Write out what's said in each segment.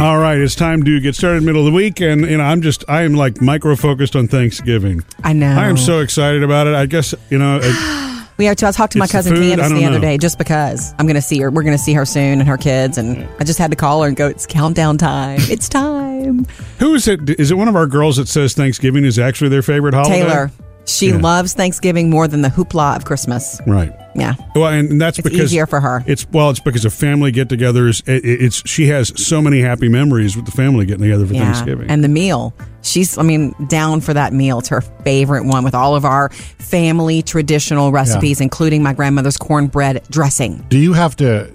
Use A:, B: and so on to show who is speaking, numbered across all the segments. A: All right, it's time to get started middle of the week, and you know I'm just I am like micro focused on Thanksgiving.
B: I know.
A: I am so excited about it. I guess you know it-
B: We are too. I talked to my
A: It's the
B: cousin
A: food, I
B: Candace
A: don't
B: the other
A: know.
B: day just because I'm going to see her. We're going to see her soon and her kids. And I just had to call her and go, it's countdown time. It's time.
A: who is it? Is it one of our girls that says Thanksgiving is actually their favorite holiday?
B: Taylor, she
A: Yeah.
B: loves Thanksgiving more than the hoopla of Christmas.
A: right?
B: Yeah.
A: Well, and that's
B: It's
A: because
B: easier for her.
A: It's well, it's because of family get-togethers. It, it- it's she has so many happy memories with the family getting together for
B: Yeah.
A: Thanksgiving.
B: And the meal. She's, I mean, down for that meal. It's her favorite one with all of our family traditional recipes, including my grandmother's cornbread dressing.
C: Do you have to?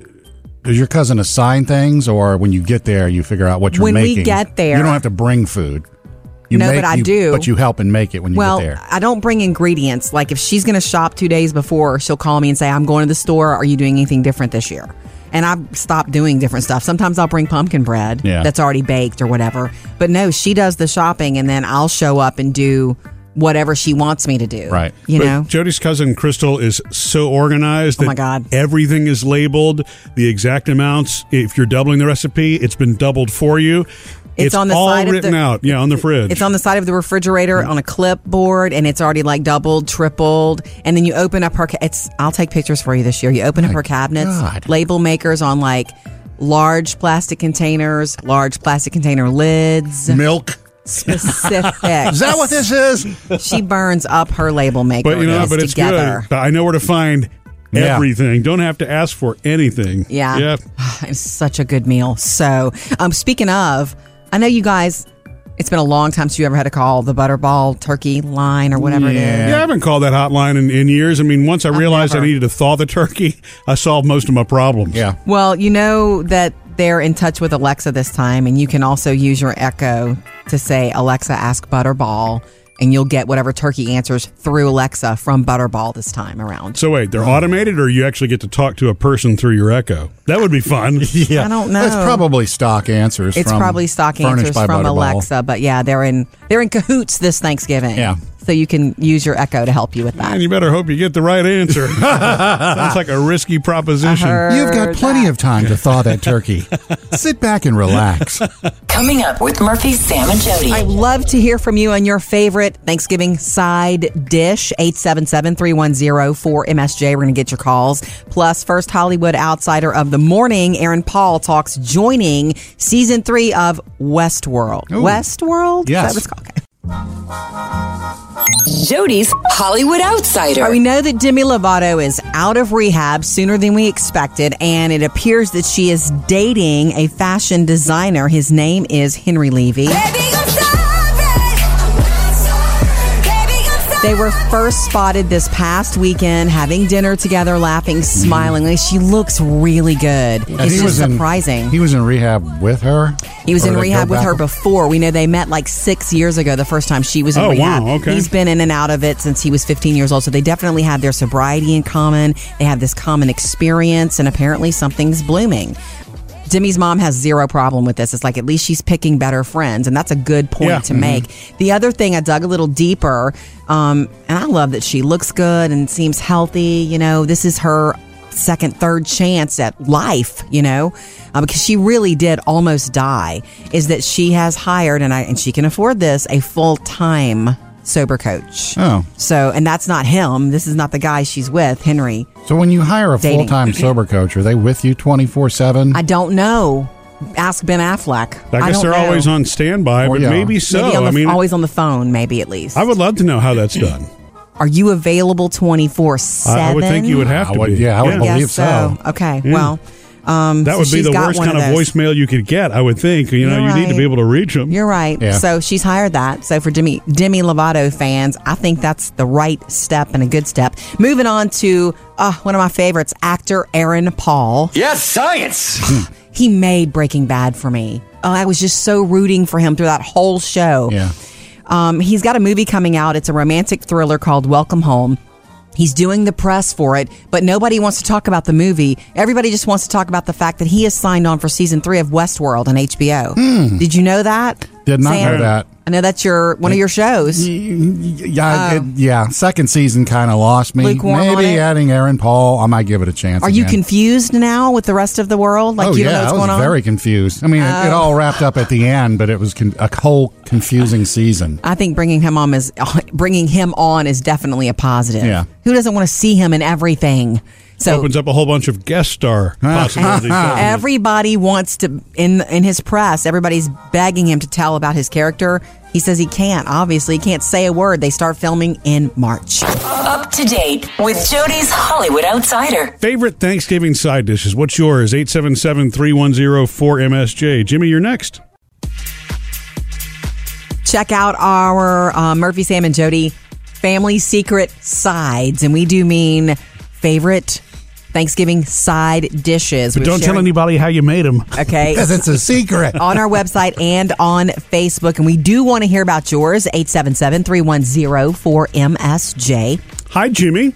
C: Does your cousin assign things, or when you get there, you figure out what you're
B: When we
C: making?
B: get there-
C: you don't have to bring food. You
B: No,
C: make-
B: but I
C: you-
B: do.
C: But you help and make it when you
B: Well,
C: get there.
B: I don't bring ingredients. Like if she's going to shop two days before, she'll call me and say, "I'm going to the store. Are you doing anything different this year?" And I've stopped doing different stuff. Sometimes I'll bring pumpkin bread
C: Yeah.
B: that's already baked or whatever. But no, she does the shopping, and then I'll show up and do whatever she wants me to do.
C: Right.
B: You
A: But
B: know.
A: Jody's cousin Crystal is so organized.
B: Oh,
A: that
B: my God.
A: Everything is labeled the exact amounts. If you're doubling the recipe, it's been doubled for you.
B: It's on the
A: all
B: side of
A: written
B: the-
A: out. Yeah, on the fridge.
B: It's on the side of the refrigerator
A: Mm-hmm.
B: on a clipboard, and it's already like doubled, tripled. And then you open up her. Ca- it's. I'll take pictures for you this year. You open up her cabinets,
C: God.
B: label makers on like large plastic containers, large plastic container lids.
C: Milk.
B: Specific.
C: Is that what this is?
B: She burns up her label maker.
A: but you know, but it's
B: together.
A: good. But I know where to find
C: Yeah.
A: everything. Don't have to ask for anything.
B: Yeah.
A: Yeah.
B: It's such a good meal. So, um, speaking of, I know you guys. It's been a long time since you ever had to call the Butterball Turkey line or whatever it is.
A: Yeah, I haven't called that hotline in, in years. I mean, once I realized
B: never.
A: I needed to thaw the turkey, I solved most of my problems.
C: Yeah.
B: Well, you know that they're in touch with Alexa this time, and you can also use your Echo to say, Alexa, ask Butterball, and you'll get whatever turkey answers through Alexa from Butterball this time around.
A: So wait, they're automated, or you actually get to talk to a person through your Echo? That would be fun.
C: Yeah.
B: I don't know.
C: It's probably stock answers.
B: Oh. It's
C: from-
B: probably stock
C: furnished
B: answers
C: by
B: from
C: Butterball.
B: Alexa, but yeah, they're in they're in cahoots this Thanksgiving.
C: Yeah.
B: So you can use your Echo to help you with that.
A: And Ah, you better hope you get the right answer. Sounds like a risky proposition.
B: heard.
C: You've got plenty of time to thaw that turkey. Sit back and relax.
D: Coming up with Murphy, Sam, and Jody.
B: I love to hear from you on your favorite Thanksgiving side dish, 877-310-4MSJ. We're going to get your calls. Plus, first Hollywood outsider of the morning, Aaron Paul talks joining season three of Westworld. Westworld? Is
C: Yes.
B: That was called? Okay.
D: Jody's Hollywood Outsider.
B: We know that Demi Lovato is out of rehab sooner than we expected, and it appears that she is dating a fashion designer. His name is Henry Levy. They were first spotted this past weekend having dinner together, laughing, smilingly. She looks really good.
C: And
B: It's just surprising.
C: In, he was in rehab with her.
B: He was
C: Or
B: in
C: did it go
B: rehab with
C: back-
B: her before. We know they met like six years ago, the first time she was in
A: Oh,
B: rehab.
A: wow, okay.
B: He's been in and out of it since he was 15 years old. So they definitely have their sobriety in common. They have this common experience, and apparently something's blooming. Demi's mom has zero problem with this. It's like at least she's picking better friends, and that's a good point
A: Yeah. Mm-hmm.
B: to make. The other thing I dug a little deeper, um, and I love that she looks good and seems healthy. You know, this is her second, third chance at life. You know, uh, because she really did almost die. Is that she has hired and I and she can afford this a full time sober coach.
C: Oh.
B: so and that's not him. This is not the guy she's with, Henry.
C: So when you hire a
B: Dating.
C: full time sober coach, are they with you twenty four seven?
B: I don't know. Ask Ben Affleck.
A: I guess
B: don't
A: they're
B: know.
A: always on standby,
C: Or,
A: but
C: yeah.
A: maybe so.
B: Maybe on the,
A: I mean,
B: always on the phone, maybe at least.
A: I would love to know how that's done.
B: Are you available 24 7?
A: I, I would think you would have
C: I
A: to Mm.
C: would-
A: be.
C: yeah, I would believe-
B: Yes, so.
C: so.
B: Okay.
A: Yeah.
B: Well,
A: that
B: so
A: would be
B: she's
A: the
B: got
A: worst
B: one
A: kind
B: of
A: of
B: those.
A: voicemail you could get. I would think. You know,
B: You're
A: you need to
B: right.
A: be able to reach them.
B: you're right.
C: Yeah.
B: So she's hired that. So for Demi, Demi Lovato fans, I think that's the right step and a good step. Moving on to uh, one of my favorites, actor Aaron Paul.
E: Yes, science.
B: He made Breaking Bad for me. Oh, I was just so rooting for him through that whole show.
C: yeah.
B: Um, he's got a movie coming out. It's a romantic thriller called Welcome Home. He's doing the press for it, but nobody wants to talk about the movie. Everybody just
C: Hmm.
B: wants to talk about the fact that he has signed on for season three of Westworld on HBO. Did you know that?
C: Did not
B: Sam.
C: know that.
B: I know that's your one of your shows.
C: Yeah, it- yeah. Second season kind of lost me.
B: Lukewarm Oh. on
C: Maybe
B: it?
C: adding Aaron Paul, I might give it a chance.
B: Are you
C: again.
B: confused now with the rest of the world? Like
C: oh
B: you
C: yeah,
B: don't know what's
C: I was
B: going on?
C: very confused. I mean, it, it all wrapped up at the end, but it was con- a whole confusing season.
B: I think bringing him on is bringing him on is definitely a positive.
C: Yeah.
B: Who doesn't want to see him in everything? So
A: Opens up a whole bunch of guest star possibilities. doesn't it?
B: everybody wants to in in his press. Everybody's begging him to tell about his character. He says he can't. Obviously, he can't say a word. They start filming in March.
D: Up to date with Jody's Hollywood Outsider.
A: Favorite Thanksgiving side dishes? What's yours? 877 310 4MSJ. Jimmy, you're next.
B: check out our uh, Murphy, Sam, and Jody family secret sides. And we do mean favorite Thanksgiving side dishes.
A: But
B: We've
A: don't tell
B: shared-
A: anybody how you made them.
B: Okay.
C: Because it's a secret.
B: on our website and on Facebook. And we do want to hear about yours. 877 310 4MSJ.
A: Hi, Jimmy.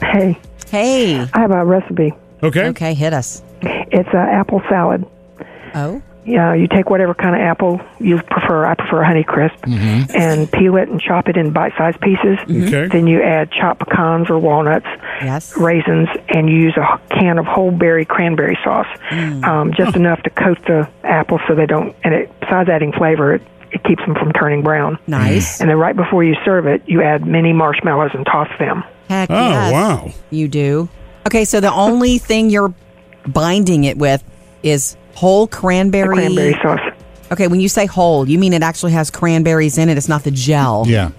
E: Hey,
B: Hey.
E: I have a recipe.
A: Okay.
B: Okay, hit us.
E: It's an apple salad.
B: Oh.
E: Yeah, you take whatever kind of apple you prefer. I prefer Honeycrisp, and peel it and chop it in bite-sized pieces.
A: Okay.
E: Then you add chopped pecans or walnuts,
B: Yes.
E: raisins, and you use a can of whole berry cranberry sauce, um, just enough to coat the apple so they don't. And it, besides adding flavor, it, it keeps them from turning brown.
B: Nice.
E: And then right before you serve it, you add mini marshmallows and toss them.
B: Heck
A: Oh,
B: yes.
A: wow.
B: You do. Okay, so the only thing you're binding it with is whole
E: The
B: cranberry.
E: cranberry sauce.
B: Okay, when you say whole, you mean it actually has cranberries in it. It's not the gel.
C: Yeah.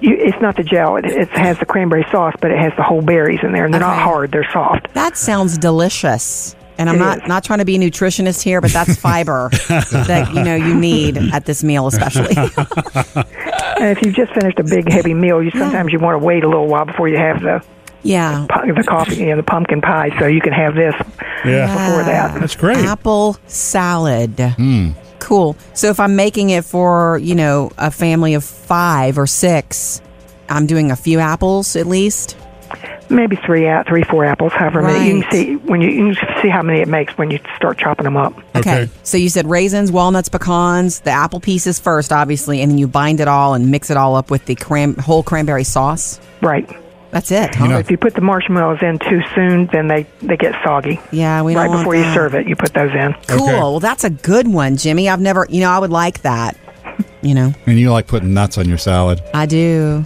E: You, it's not the gel. It, it has the cranberry sauce, but it has the whole berries in there, and they're
B: Okay.
E: not hard. They're soft.
B: That sounds delicious. And I'm
E: It
B: not
E: is.
B: not trying to be a nutritionist here, but that's fiber that you know you need at this meal, especially.
E: And if you've just finished a big heavy meal, you sometimes you want to wait a little while before you have the
B: yeah.
E: pu- the coffee, you know, the pumpkin pie, so you can have this
A: Yeah.
E: before that.
A: That's great.
B: Apple salad. Cool. So if I'm making it for you know a family of five or six, I'm doing a few apples at least.
E: Maybe three out, three, four apples, however many. You
B: Right.
E: can see when you, you can see how many it makes when you start chopping them up.
A: Okay.
B: So you said raisins, walnuts, pecans, the apple pieces first, obviously, and then you bind it all and mix it all up with the cran- whole cranberry sauce.
E: Right.
B: That's it. Huh?
C: know-
E: If you put the marshmallows in too soon, then they they get soggy.
B: yeah, we don't
E: Right
B: want
E: before you
B: that.
E: serve it, you put those in.
B: Cool.
A: Okay.
B: Well, that's a good one, Jimmy. I've never, you know, I would like that. You know,
C: And you like putting nuts on your salad.
B: I do.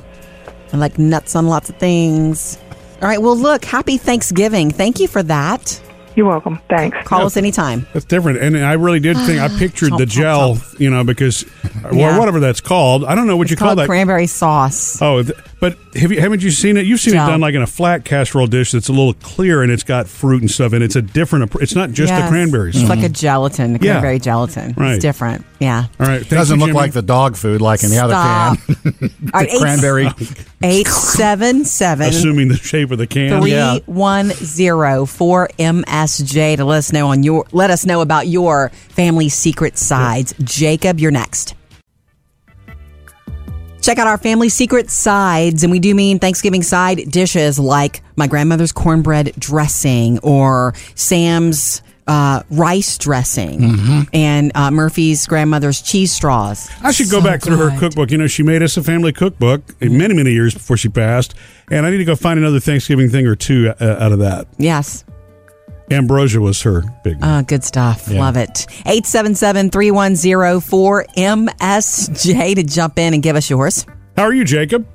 B: I like nuts on lots of things. All right. Well, look, happy Thanksgiving. Thank you for that.
E: You're welcome. Thanks.
B: Call us anytime.
A: That's different. And I really did think, I pictured the
B: Chomp, chomp,
A: gel, you know, because, or
B: Yeah.
A: whatever that's called. I don't know what you
B: It's called
A: call that.
B: cranberry sauce.
A: Oh, th- but have you, haven't you seen it? You've seen
B: No.
A: it done like in a flat casserole dish that's a little clear and it's got fruit and stuff, and it's a different. appro- It's not just the
B: Yes. Mm.
A: cranberries.
B: It's like a gelatin, the
A: Yeah.
B: cranberry gelatin.
A: Right.
B: It's different. Yeah.
A: All right, thank
C: It doesn't
A: you,
C: look
A: Jimmy.
C: like the dog food like in the other
B: Stop.
C: can.
B: All right, eight-
C: Cranberry.
B: 877
A: assuming the shape of the can.
C: Three- Yeah.
B: 310-4MSJ to let us know on your let us know about your family secret sides. Jacob, you're next. Check out our family secret sides, and we do mean Thanksgiving side dishes like my grandmother's cornbread dressing or Sam's uh, rice dressing and uh, Murphy's grandmother's cheese straws.
A: I should go
B: So
A: back through her
B: good.
A: cookbook. You know, she made us a family cookbook uh, many, many years before she passed, and I need to go find another Thanksgiving thing or two uh, out of that.
B: Yes.
A: Ambrosia was her big. one.
B: Ah, good stuff. Love it. 877-310-4MSJ to jump in and give us yours.
A: How are you, Jacob?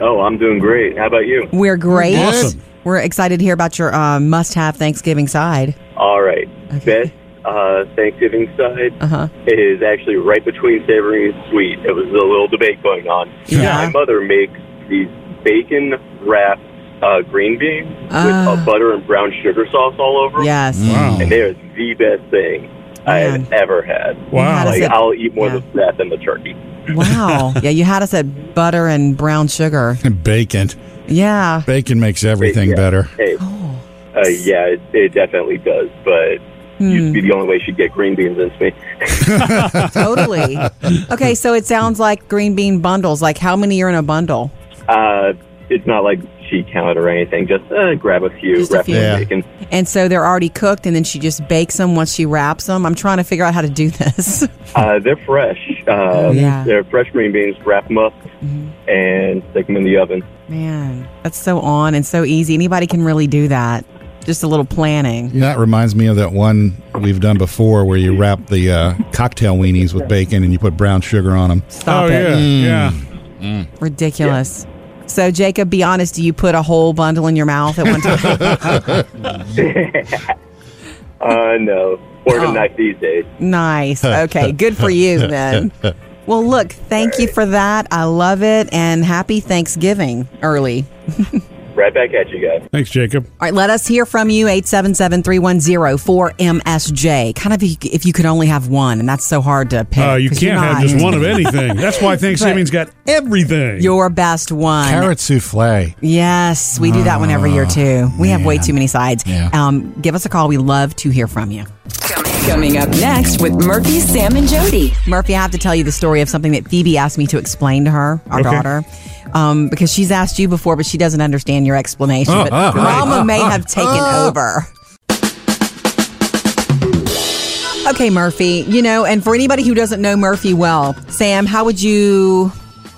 F: Oh, I'm doing great. How about you?
B: We're great.
A: Awesome.
B: We're excited to hear about your uh, must-have Thanksgiving side.
F: All right. Best uh, Thanksgiving side
B: Uh-huh.
F: is actually right between savory and sweet. It was a little debate going on.
B: Yeah.
F: My mother makes these bacon wrapped uh, green beans with
B: Ah.
F: a butter and brown sugar sauce all over 'em,
B: Yes.
A: Wow.
F: and they are the best thing I
B: Man.
F: have ever had.
B: How
A: Wow.
B: does
F: Like,
B: it-
F: I'll eat more
B: yeah.
F: of that than the turkey.
B: Wow. yeah, you had us at butter and brown sugar.
C: Bacon.
B: Yeah.
C: Bacon makes everything
F: Yeah.
C: better.
F: Hey,
B: Oh.
F: uh, yeah, it, it definitely does, but
B: Hmm.
F: used to be the only way she'd get green beans into me.
B: Totally. okay, so it sounds like green bean bundles. Like how many are in a bundle?
F: Uh, it's not like sheet count or anything. Just uh, grab a few,
B: Just a
F: wrap
B: few.
F: them in
C: Yeah.
F: bacon.
B: And so they're already cooked, and then she just bakes them once she wraps them. I'm trying to figure out how to do this.
F: Uh, they're fresh. Um,
B: Oh, Yeah. Mm-hmm.
F: They're fresh green beans. Wrap them up and stick them in the oven.
B: Man, that's so on and so easy. Anybody can really do that. Just a little planning.
C: You know, that reminds me of that one we've done before where you wrap the uh, cocktail weenies with bacon and you put brown sugar on them.
B: Stop
A: oh
B: it.
A: yeah,
C: Mm.
A: yeah.
B: Ridiculous. So, Jacob, be honest. Do you put a whole bundle in your mouth at one time?
F: Uh, no, more of
B: Oh.
F: a knife these days.
B: nice. Okay. Good for you then. Well, look, thank you for that. I love it. And happy Thanksgiving early.
F: Right back at you guys.
A: Thanks, Jacob.
B: All right, let us hear from you, 877-310-4MSJ. Kind of if you- if you could only have one, and that's so hard to pick.
A: Uh, you
B: 'cause
A: can't
B: you're
A: have
B: not
A: just one of anything. That's why Thanksgiving's got everything.
B: Your best one.
C: Carrot souffle.
B: Yes, we do that one every year too. We have way too many sides.
C: Oh, Yeah.
B: Um, give us a call. We love to hear from you.
D: Coming up next with Murphy, Sam, and Jody.
B: Murphy, I have to tell you the story of something that Phoebe asked me to explain to her, our
A: Okay.
B: daughter, um, because she's asked you before, but she doesn't understand your explanation. but
C: oh, right.
B: Mama may have taken over. Okay, Murphy, you know, and for anybody who doesn't know Murphy well, Sam, how would you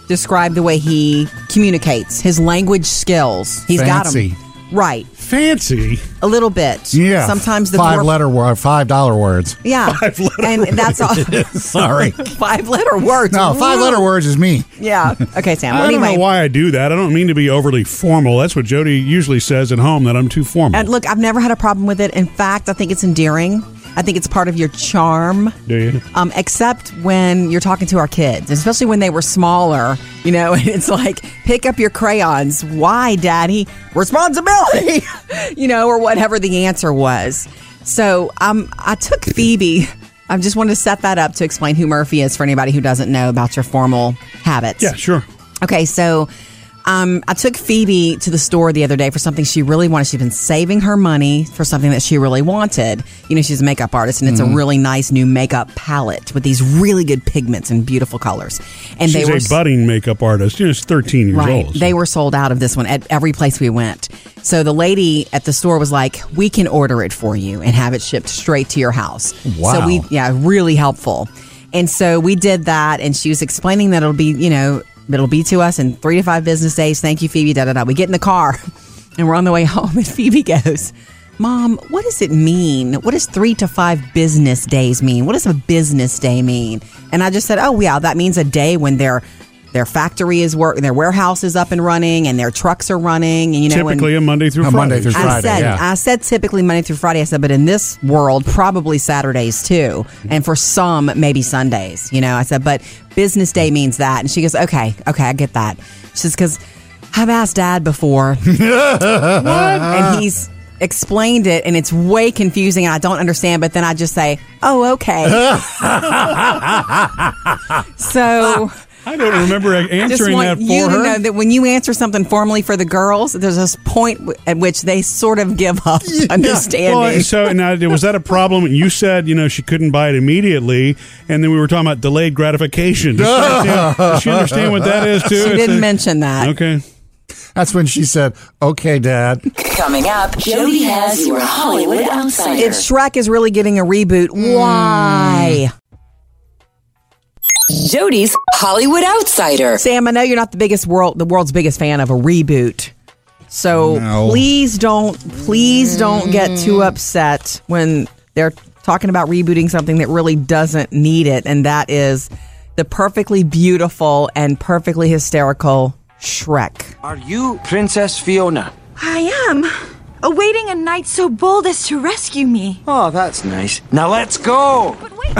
B: describe the way he communicates, his language skills? He's
C: Fancy.
B: got them. Right.
A: Fancy.
B: A little bit.
C: Yeah.
B: Sometimes the
C: five
B: more-
C: letter word, five dollar words.
B: Yeah.
A: Five letter
B: and that's all.
C: Sorry.
B: five letter words.
C: No, five letter words is me.
B: Yeah. Okay, Sam.
A: I
B: Well,
A: don't
B: anyway.
A: know why I do that. I don't mean to be overly formal. That's what Jody usually says at home that I'm too formal.
B: And look, I've never had a problem with it. In fact, I think it's endearing. I think it's part of your charm.
A: do you?
B: Um, except when you're talking to our kids, especially when they were smaller, you know, and it's like, pick up your crayons. Why, Daddy? Responsibility, you know, or whatever the answer was. So um, I took Phoebe. I just wanted to set that up to explain who Murphy is for anybody who doesn't know about your formal habits.
A: Yeah, sure.
B: Okay, so um, I took Phoebe to the store the other day for something she really wanted. She'd been saving her money for something that she really wanted. You know, she's a makeup artist, and it's
A: Mm-hmm.
B: a really nice new makeup palette with these really good pigments and beautiful colors. And
A: She's
B: they were
A: a budding makeup artist. You know, she's 13 years
B: right.
A: old.
B: They were sold out of this one at every place we went. So the lady at the store was like, "We can order it for you and have it shipped straight to your house." So
C: Wow.
B: we yeah, really helpful. And so we did that and she was explaining that it'll be, you know, it'll be to us in 3 to 5 business days. Thank you Phoebe. Da da da. We get in the car and we're on the way home and Phoebe goes, Mom, what does it mean? What does three to five business days mean? What does a business day mean? And I just said, Oh, yeah, that means a day when their their factory is work, their warehouse is up and running, and their trucks are running, and you know, and-
A: Typically a Monday through
C: A
A: Friday.
C: Monday through Friday.
B: I said,
C: yeah.
B: I said typically Monday through Friday. I said, but in this world, probably Saturdays too, and for some, maybe Sundays. You know, I said, but business day means that, and she goes, okay, okay, I get that. She says, because I've asked Dad before, and he's explained it, and it's way confusing, and I don't understand. But then I just say, oh, okay. so.
A: I don't remember
B: Just
A: answering that
B: want
A: for
B: you to
A: her.
B: know that when you answer something formally for the girls, there's this point w- at which they sort of give up understanding.
A: Well, so now was that a problem? You said you know she couldn't buy it immediately, and then we were talking about delayed gratification. Does she understand, does she understand what that is too?
B: she
A: It's
B: didn't
A: a-
B: mention that.
A: Okay.
C: That's when she said, Okay, Dad.
D: Coming up, Jody has your Hollywood outsider.
B: If Shrek is really getting a reboot,
A: Hmm.
B: why?
D: Jody's Hollywood outsider.
B: Sam, I know you're not the biggest world, the world's biggest fan of a reboot. So
C: No.
B: please don't, please don't get
A: Hmm.
B: too upset when they're talking about rebooting something that really doesn't need it, and that is the perfectly beautiful and perfectly hysterical Shrek.
G: Are you Princess Fiona?
H: I am, awaiting a knight so bold as to rescue me.
G: Oh, that's nice. Now let's go!
H: But wait,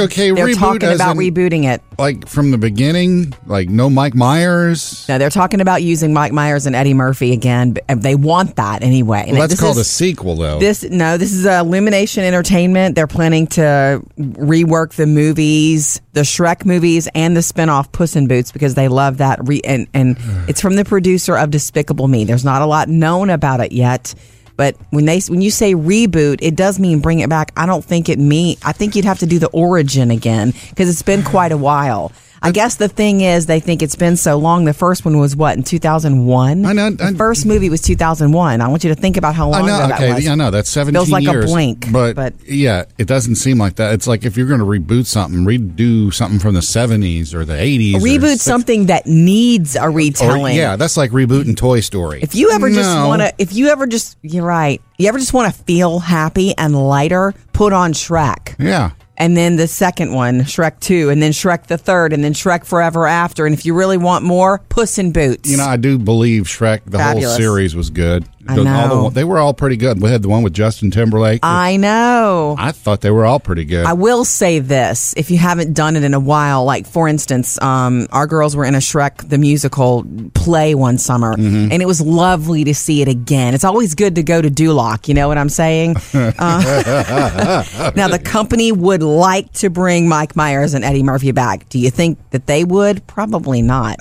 C: okay,
B: They're
C: reboot
B: talking
C: as
B: about
C: in,
B: rebooting it.
C: like from the beginning, like no Mike Myers.
B: No, they're talking about using Mike Myers and Eddie Murphy again. But they want that anyway. And
C: Well, that's
B: this
C: called
B: is-
C: a sequel, though.
B: This no, this is uh, Illumination Entertainment. They're planning to rework the movies, the Shrek movies, and the spinoff Puss in Boots because they love that. Re- and and it's from the producer of Despicable Me. There's not a lot known about it yet, but when they when you say reboot, it does mean bring it back. I don't think it mean. I think you'd have to do the origin again because it's been quite a while. I guess the thing is, they think it's been so long. The first one was what in two thousand one.
C: I know,
B: The
C: I-
B: first movie was two thousand one. I want you to think about how long
C: I
B: ago
C: know.
B: that
C: Okay,
B: was.
C: I know that's seventeen
B: Feels like a
C: years,
B: blink,
C: but,
B: but-
C: yeah, it doesn't seem like that. It's like if you're going to reboot something, redo something from the seventies or the eighties,
B: Reboot something that needs a retelling.
C: Oh, yeah, that's like rebooting Toy Story.
B: If you ever just
C: No.
B: want to, if you ever just, you're right. You ever just want to feel happy and lighter, put on Shrek.
C: yeah,
B: And then the second one, Shrek 2, and then Shrek the third, and then Shrek Forever After. And if you really want more, Puss in Boots.
C: you know, I do believe Shrek. The
B: Fabulous.
C: whole series was good.
B: I
C: The- all the
B: know.
C: one- they were all pretty good. We had the one with Justin Timberlake.
B: I know.
C: I thought they were all pretty good.
B: I will say this: if you haven't done it in a while, like for instance, um, our girls were in a Shrek the musical play one summer,
C: Mm-hmm.
B: and it was lovely to see it again. It's always good to go to Duloc, you know what I'm saying? Uh, now the company would like to bring Mike Myers and Eddie Murphy back. Do you think that they would? Probably not.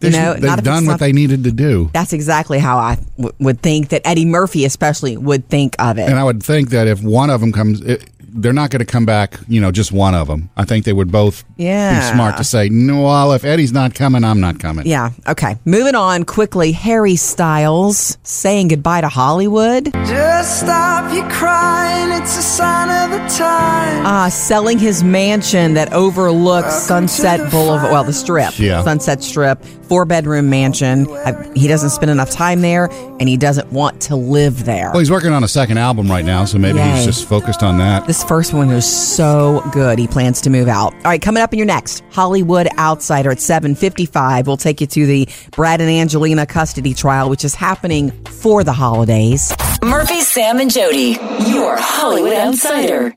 C: they
B: you know,
C: have
B: not if it's
C: done what
B: not-
C: they needed to do.
B: That's exactly how I w- would think that Eddie Murphy, especially, would think of it.
C: And I would think that if one of them comes, it, they're not going to come back, you know, just one of them. I think they would both
B: Yeah.
C: be smart to say, no, well, if Eddie's not coming, I'm not coming.
B: Yeah. Okay. Moving on quickly. Harry Styles saying goodbye to Hollywood,
G: Just stop your crying, it's a sign of the time.
B: uh, selling his mansion that overlooks Sunset Boulevard, well, the strip,
C: Yeah.
B: Sunset Strip, four bedroom mansion. I, he doesn't spend enough time there and he doesn't want to live there.
C: Well, he's working on a second album right now, so maybe
B: Yay.
C: he's just focused on that.
B: This first one was so good. He plans to move out. All right, coming up in your next Hollywood Outsider at 7:55, we'll take you to the Brad and Angelina custody trial which is happening for the holidays.
D: Murphy, Sam, and Jody, your Hollywood Outsider.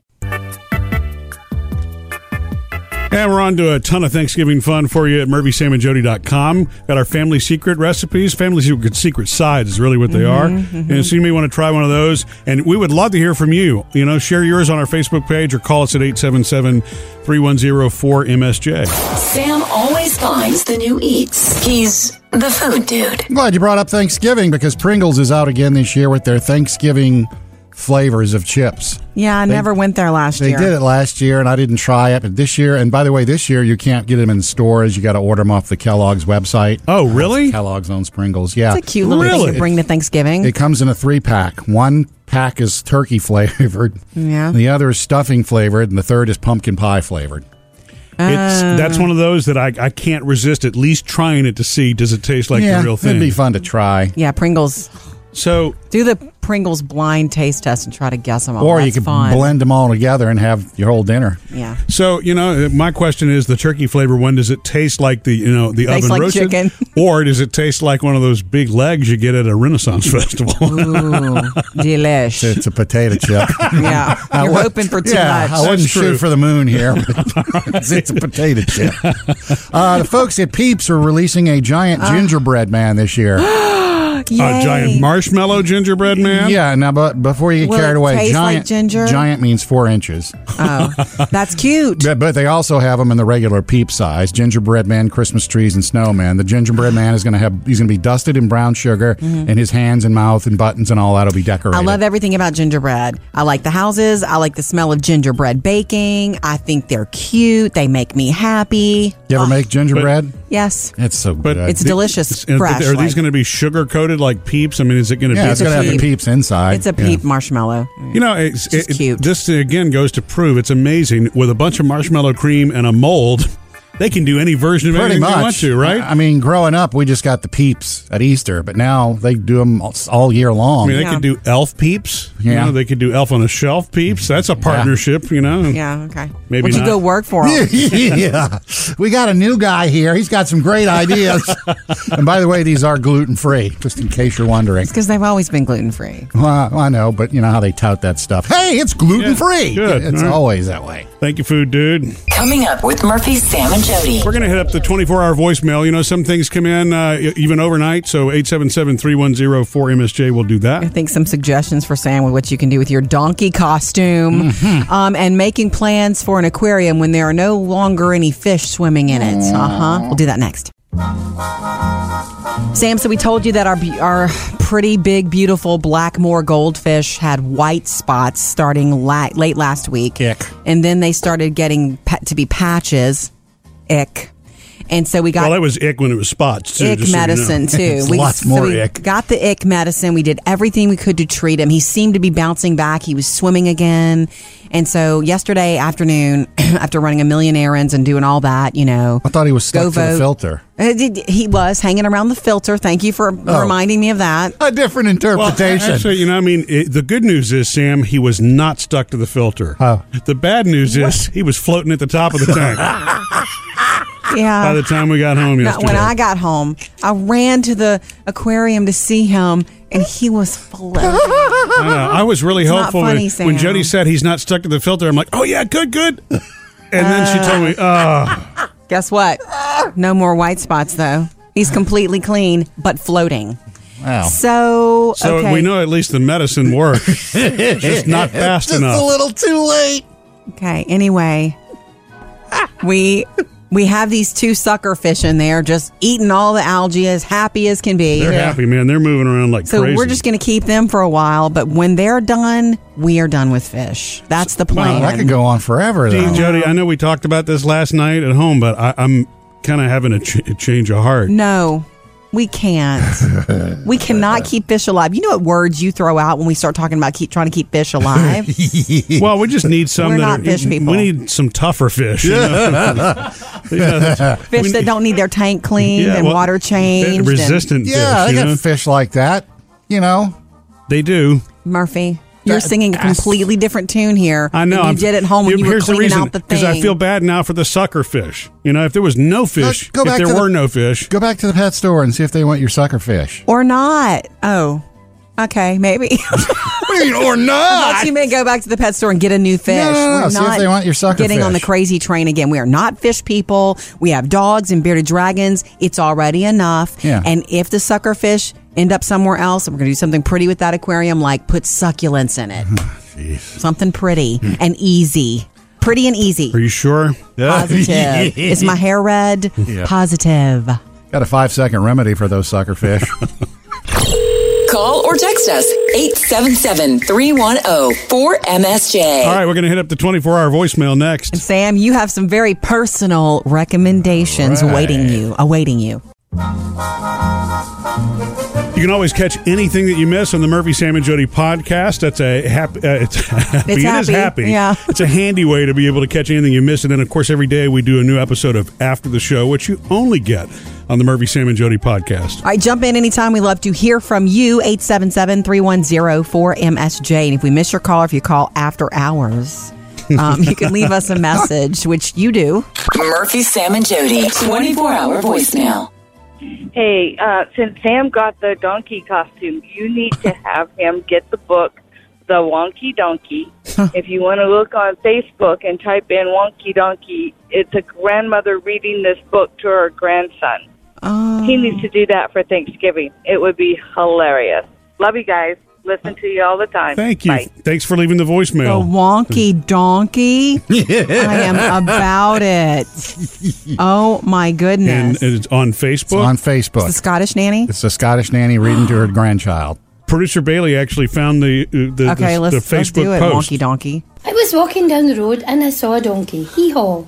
A: And we're on to a ton of Thanksgiving fun for you at MurphySamandJody.com. Got our family secret recipes. Family secret, secret sides is really what they are. And so you may want to try one of those. And we would love to hear from you. You know, share yours on our Facebook page or call us at 877 310 4MSJ.
D: Sam always finds the new eats. He's the food dude.
C: I'm glad you brought up Thanksgiving because Pringles is out again this year with their Thanksgiving flavors of chips.
B: Yeah, I never went there last
C: They
B: year.
C: did it last year, and I didn't try it. But this year, and by the way, this year you can't get them in stores. You got to order them off the Kellogg's website.
A: Oh, really?
C: Kellogg's owns Pringles. Yeah,
B: It's a cute little
A: Really?
B: thing to bring to Thanksgiving.
C: It comes in a three pack. One pack is turkey flavored.
B: Yeah.
C: The other is stuffing flavored, and the third is pumpkin pie flavored.
A: It's That's one of those that I, I can't resist at least trying it to see does it taste like the real thing.
C: it'd be fun to try.
B: yeah, Pringles.
A: So
B: Do the Pringles blind taste test and try to guess them all.
C: or
B: Oh, That's
C: you could
B: fun.
C: blend them all together and have your whole dinner.
B: Yeah.
A: So you know, uh, my question is: the turkey flavor one, does it taste like the you know the
B: Tastes
A: oven
B: like
A: roasted,
B: chicken.
A: or does it taste like one of those big legs you get at a Renaissance festival?
B: Ooh, delish.
C: It's a potato chip.
B: Yeah,
C: I
B: you're
C: would-
B: hoping for too
C: yeah, I
B: much.
C: wouldn't
A: That's true.
C: shoot for the moon here. But it's a potato chip. Uh, the folks at Peeps are releasing a giant
B: Ah.
C: gingerbread man this year.
A: a giant marshmallow gingerbread man.
C: yeah, now but before you get
B: Will
C: carried
B: it
C: away,
B: taste like
C: giant
B: ginger?
C: giant means four inches.
B: Oh, that's cute.
C: But, but they also have them in the regular peep size: gingerbread man, Christmas trees, and snowman. The gingerbread man is going to have he's going to be dusted in brown sugar, and his hands and mouth and buttons and all that will be decorated.
B: Mm-hmm. I love everything about gingerbread. I like the houses. I like the smell of gingerbread baking. I think they're cute. They make me happy.
C: You ever make gingerbread?
B: Yes.
C: It's so
A: but
C: good.
B: It's delicious,
A: Are-
B: fresh,
A: Are these
B: like-
A: going to be sugar coated like peeps? I mean, is it going to
C: yeah,
A: be?
C: it's going to have the
B: peep.
C: peeps inside.
B: It's a
C: Yeah.
B: peep marshmallow.
A: You know, it's,
B: Just
A: it,
B: cute.
A: This again goes to prove it's amazing with a bunch of marshmallow cream and a mold. They can do any version of
C: Pretty
A: anything
C: much.
A: they want to, right?
C: I mean, growing up, we just got the peeps at Easter, but now they do them all year long.
A: I mean, they
B: Yeah.
A: could do elf peeps. You
C: Yeah.
A: know, they could do elf on a shelf peeps. That's a partnership, you know.
B: Yeah. Okay.
A: Maybe
B: Would you
A: not.
B: go work for them?
C: yeah. We got a new guy here. He's got some great ideas. and by the way, these are gluten free, just in case you're wondering.
B: Because they've always been gluten free.
C: Well, I know, but you know how they tout that stuff. Hey, it's gluten free.
A: Yeah, good.
C: It's
A: All right.
C: always that way.
A: Thank you, food dude.
D: Coming up with Murphy, Sam, and Jody.
A: We're going to hit up the 24 hour voicemail. You know, some things come in uh, e- even overnight. So 877 310 4MSJ will do
B: I
A: that.
B: think some suggestions for Sam with what you can do with your donkey costume um, and making plans for an aquarium when there are no longer any fish swimming in it. Uh huh. We'll do that next. Sam, so we told you that our be- our pretty big, beautiful Blackmore goldfish had white spots starting la- late last week.
C: Ick.
B: And then they started getting pa- to be patches. Ick. And so we got
A: well, that was ick when it was spots too.
B: ick
A: just so you know.
B: medicine too.
C: It's lots more
B: we
C: ick.
B: Got the ick medicine. We did everything we could to treat him. He seemed to be bouncing back. He was swimming again. And so yesterday afternoon, after running a million errands and doing all that, you know,
C: I thought he was stuck
B: Go
C: to the
B: vote.
C: filter.
B: uh, did- he was hanging around the filter. Thank you for
C: Oh.
B: reminding me of that.
C: A different
A: Well,
C: interpretation.
A: actually, you know, I mean, it, the good news is, Sam, he was not stuck to the filter.
C: Oh.
A: The bad news is he was floating at the top of the tank
B: Yeah.
A: by the time we got home
B: Not
A: yesterday.
B: when I got home. I ran to the aquarium to see him, and he was floating.
A: I, know. I was really
B: not
A: hopeful
B: funny,
A: when,
B: Sam.
A: when Jody said he's not stuck to the filter. I'm like, oh yeah, good, good. And then she told
B: Uh,
A: me, oh,
B: Guess what? No more white spots, though. He's completely clean, but floating.
C: wow.
B: So,
A: so
B: okay.
A: we know at least the medicine worked. Just not fast
C: Just
A: enough.
C: a little too late.
B: Okay. Anyway, we we have these two sucker fish in there, just eating all the algae, as happy as can be.
A: They're happy, man. They're moving around like
B: So
A: crazy.
B: we're just going to keep them for a while, but when they're done, we are done with fish. That's the
C: Wow,
B: plan.
C: that could go on forever,
A: Dean,
C: though.
A: Jody, I know we talked about this last night at home, but I, I'm kind of having a, ch- a change of heart.
B: No, we can't. we cannot keep fish alive. You know what words you throw out when we start talking about keep trying to keep fish alive?
A: Well, we just need some
B: We're
A: that
B: not
A: are,
B: fish people.
A: We need some tougher fish. you know? Yeah, that's-
B: fish that don't need their tank cleaned
A: yeah,
B: and
A: well,
B: water changed. and-
A: resistant.
C: Yeah,
A: fish,
C: they
A: you
C: got
A: know?
C: fish like that. You know,
A: They do.
B: Murphy, you're
C: That-
B: singing a completely different tune here.
A: I know.
B: than You
A: I'm-
B: did at home when
A: Yeah,
B: you were
A: here's the
B: cleaning
A: reason,
B: out the thing.
A: Because I feel bad now for the sucker fish. You know, if there was no fish,
C: go
A: if
C: back
A: there
C: to the-
A: were no fish,
C: go back to the pet store and see if they want your sucker fish.
B: or not. Oh, okay, maybe. But
C: or not.
B: you may go back to the pet store and get a new fish.
C: No, no, no,
B: We're
C: see if
B: not
C: they want your sucker
B: getting on the
C: fish.
B: crazy train again. We are not fish people. We have dogs and bearded dragons. It's already enough.
C: Yeah.
B: And if the sucker fish end up somewhere else, and we're going to do something pretty with that aquarium, like put succulents in it. something pretty and easy. Pretty and easy.
A: are you sure?
B: Positive. Is my hair red? Positive.
C: Got a five second remedy for those sucker fish.
D: Call or text us 877 310 4MSJ.
A: All right, we're going to hit up the 24 hour voicemail next.
B: Sam, you have some very personal recommendations
C: Right.
B: awaiting you. Awaiting you.
A: You can always catch anything that you miss on the Murphy, Sam, and Jody podcast. That's a happy. Uh, it's happy.
B: It's
A: It is
B: happy,
A: happy.
B: yeah.
A: It's a handy way to be able to catch anything you miss. And then, of course, every day we do a new episode of After the Show, which you only get on the Murphy, Sam, and Jody podcast.
B: All right, jump in anytime. We love to hear from you. 877 310 4MSJ. And if we miss your call, if you call after hours, um, you can leave us a message, which you do.
D: Murphy, Sam, and Jody. 24 hour voicemail.
I: Hey, uh, since Sam got the donkey costume, you need to have him get the book, The Wonky Donkey. if you want to look on Facebook and type in Wonky Donkey, it's a grandmother reading this book to her grandson.
H: Oh.
I: He needs to do that for Thanksgiving. It would be hilarious. Love you guys. Listen to you all the time.
A: Thank you.
I: Bye.
A: Thanks for leaving the
B: The
A: voicemail.
B: wonky donkey. I am about it. Oh, my
A: And uh,
B: goodness.
A: it's on
C: It's
A: Facebook.
C: on
B: the
C: Facebook.
B: Scottish nanny?
C: It's a Scottish nanny reading to her grandchild.
A: Producer Bailey actually found the uh, the,
B: Okay,
A: the,
B: let's,
A: the
B: let's
A: Facebook
B: do it,
A: post.
B: wonky donkey.
J: I was walking down the road and I saw a donkey. Hee haw.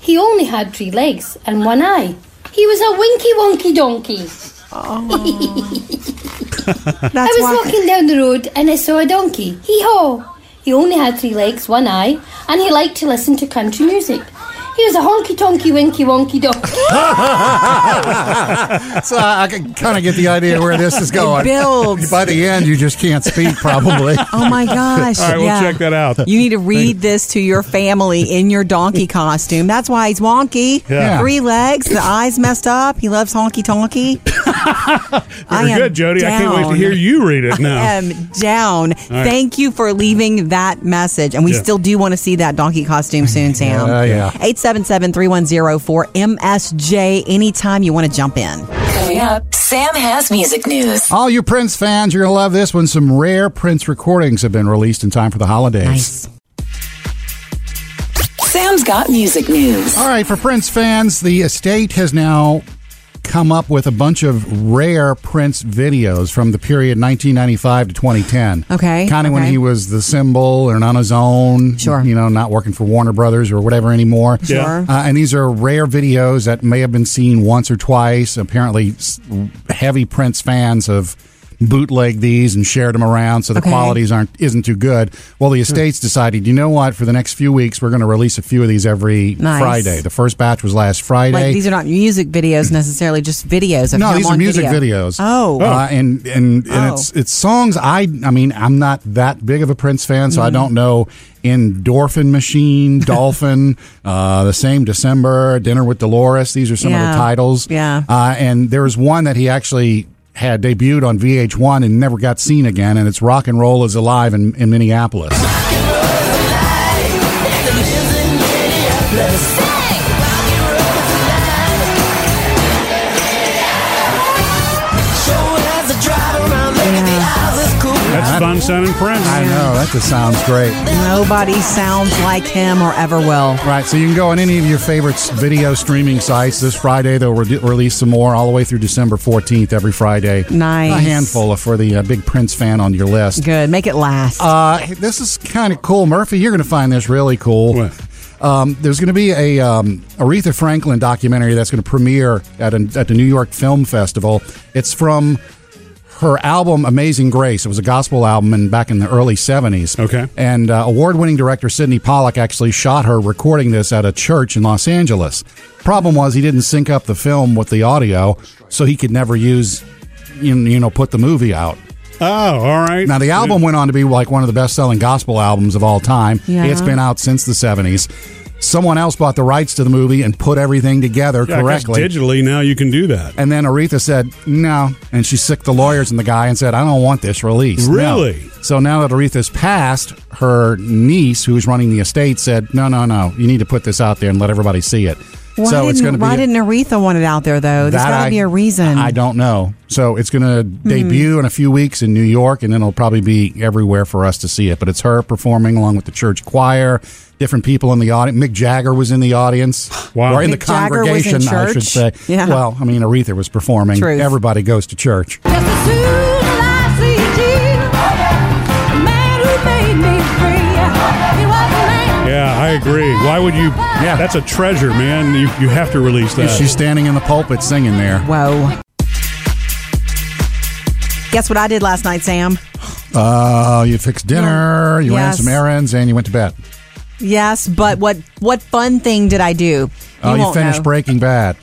J: He only had three legs and one eye. He was a winky wonky donkey. I
B: That's
J: was
B: why.
J: walking down the road and I saw a donkey. Hee haw. He only had three legs, one eye, and he liked to listen to country music. He was a honky tonky winky wonky donkey.
C: So I, I can kind of get the idea where this is going.
B: builds.
C: By the end, you just can't speak, probably.
B: Oh my gosh.
A: All right, we'll
B: yeah.
A: check that out.
B: You need to read this to your family in your donkey costume. That's why he's wonky.
A: Yeah.
B: Three legs, the eyes messed up. He loves honky tonky. I
A: Very
B: am
A: good, Jody. I can't wait to hear
B: down.
A: you read it
B: I
A: now.
B: am down. Thank you for leaving that message. And we
A: Yeah.
B: still do want to see that donkey costume soon, Sam.
C: Yeah, Uh, yeah.
B: 877 310 4MSJ. Anytime you want to jump in.
D: Coming up, Sam has music news.
C: All you Prince fans, you're going to love this one. Some rare Prince recordings have been released in time for the holidays.
B: Nice.
D: Sam's got music news.
C: All right, for Prince fans, the estate has now come up with a bunch of rare Prince videos from the period 1995 to 2010.
B: Okay,
C: Kind of when
B: okay.
C: he was the symbol and on his own.
B: Sure.
C: You know, not working for Warner Brothers or whatever anymore.
B: Yeah. Sure.
C: Uh, and these are rare videos that may have been seen once or twice. Apparently, s- heavy Prince fans have bootlegged these and shared them around, so the
B: Okay. Hmm.
C: qualities aren't isn't too good. Well, the estates decided, you know what? For the next few weeks, we're going to release a few of these every
B: Nice.
C: Friday. The first batch was last Friday.
B: Like these are not music videos necessarily, just videos of
C: no,
B: him
C: these are
B: on
C: music
B: video.
C: videos.
B: Oh,
C: uh, and and, and
B: Oh.
C: it's it's songs. I I mean, I'm not that big of a Prince fan,
B: Mm-hmm.
C: so I don't know. Endorphin Machine, Dolphin, uh, the same December, Dinner with Dolores. These are some of
B: Yeah.
C: the titles.
B: Yeah.
C: uh, and there was one that he actually had debuted on VH1 and never got seen again, and it's Rock and Roll is Alive in, in Minneapolis.
A: That's fun sounding Prince.
C: I know that just sounds great.
B: nobody sounds like him or ever will.
C: Right, so you can go on any of your favorite s- video streaming sites. This Friday, they'll re- release some more all the way through December 14th every Friday.
B: Nice.
C: A handful of- for the uh, big Prince fan on your list.
B: Good, make it last.
C: Uh, hey, this is kind of cool. Murphy, you're going to find this really cool.
A: What?
C: Um, there's going to be a um, Aretha Franklin documentary that's going to premiere at, an, at the New York Film Festival. It's from her album Amazing Grace. It was a gospel album and back in the early 70s.
A: Okay.
C: And uh, award winning director Sidney Pollack actually shot her recording this at a church in Los Angeles. Problem was, he didn't sync up the film with the audio, so he could never use, you you know, put the movie out.
A: Oh, all right.
C: Now, the album went on to be like one of the best selling gospel albums of all time.
B: Yeah.
C: It's been out since the 70s. Someone else bought the rights to the movie and put everything together
A: Yeah, I guess
C: correctly.
A: digitally now you can do that.
C: and then Aretha said, no. And she sicked the lawyers and the guy and said, I don't want this released. No.
A: Really?
C: So now that Aretha's passed, her niece, who's running the estate, said, no, no, no. You need to put this out there and let everybody see it.
B: why
C: so
B: didn't,
C: it's going to be.
B: why didn't Aretha want it out there though? Oh, There's
C: That
B: got
C: I-
B: to be a reason. Hmm.
C: I don't know. So it's going to debut in a few weeks in New York, and then it'll probably be everywhere for us to see it. But it's her performing along with the church choir, different people in the audience. Mick Jagger was in the audience,
A: Wow.
C: or in
B: Mick
C: the
B: Jagger was in
C: congregation, I should say.
B: church? Yeah.
C: Well, I mean, Aretha was performing.
B: Truth.
C: Everybody goes to church.
A: Yeah, I agree. Why would you?
C: Yeah.
A: that's a treasure, man. You, you have to release that.
C: She's standing in the pulpit singing there.
B: Whoa. Guess what I did last night, Sam?
C: Uh, you fixed dinner, you ran
B: Yes.
C: some errands, and you went to bed.
B: Yes, but what what fun thing did I do? You
C: Oh, you
B: won't
C: finished
B: know.
C: Breaking Bad.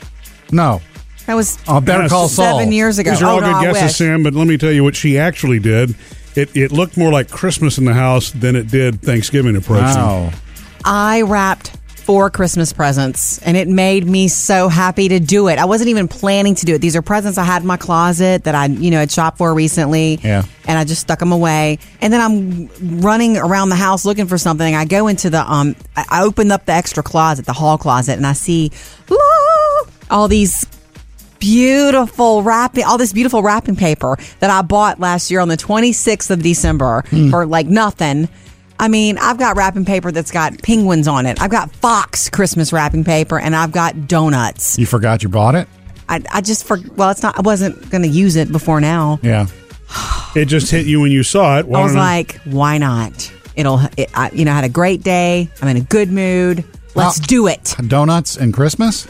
C: No.
B: That was
C: Uh, Better
A: Yes.
C: Call Saul.
B: seven years ago.
A: These are
B: oh,
A: all
B: no,
A: good
B: I
A: guesses,
B: wish.
A: Sam. But let me tell you what she actually did. It, it looked more like Christmas in the house than it did Thanksgiving approaching.
C: Wow.
B: I wrapped four Christmas presents and it made me so happy to do it. I wasn't even planning to do it. These are presents I had in my closet that I, you know, had shopped for recently.
C: Yeah.
B: And I just stuck them away. And then I'm running around the house looking for something. I go into the, um, I I opened up the extra closet, the hall closet, and I see "La," all these beautiful wrapping, all this beautiful wrapping paper that I bought last year on the 26th of December
C: Hmm.
B: for like nothing. I mean, I've got wrapping paper that's got penguins on it. I've got Fox Christmas wrapping paper, and I've got donuts.
C: You forgot you bought it?
B: I, I just for well, it's not. I wasn't going to use it before now.
C: Yeah.
A: It just hit you when you saw it. Why
B: I was
C: Mm-hmm.
A: don't
B: like, why not? It'll. It, I, you know, I had a great day. I'm in a good mood. Let's
C: Well-
B: do it.
C: Donuts and Christmas?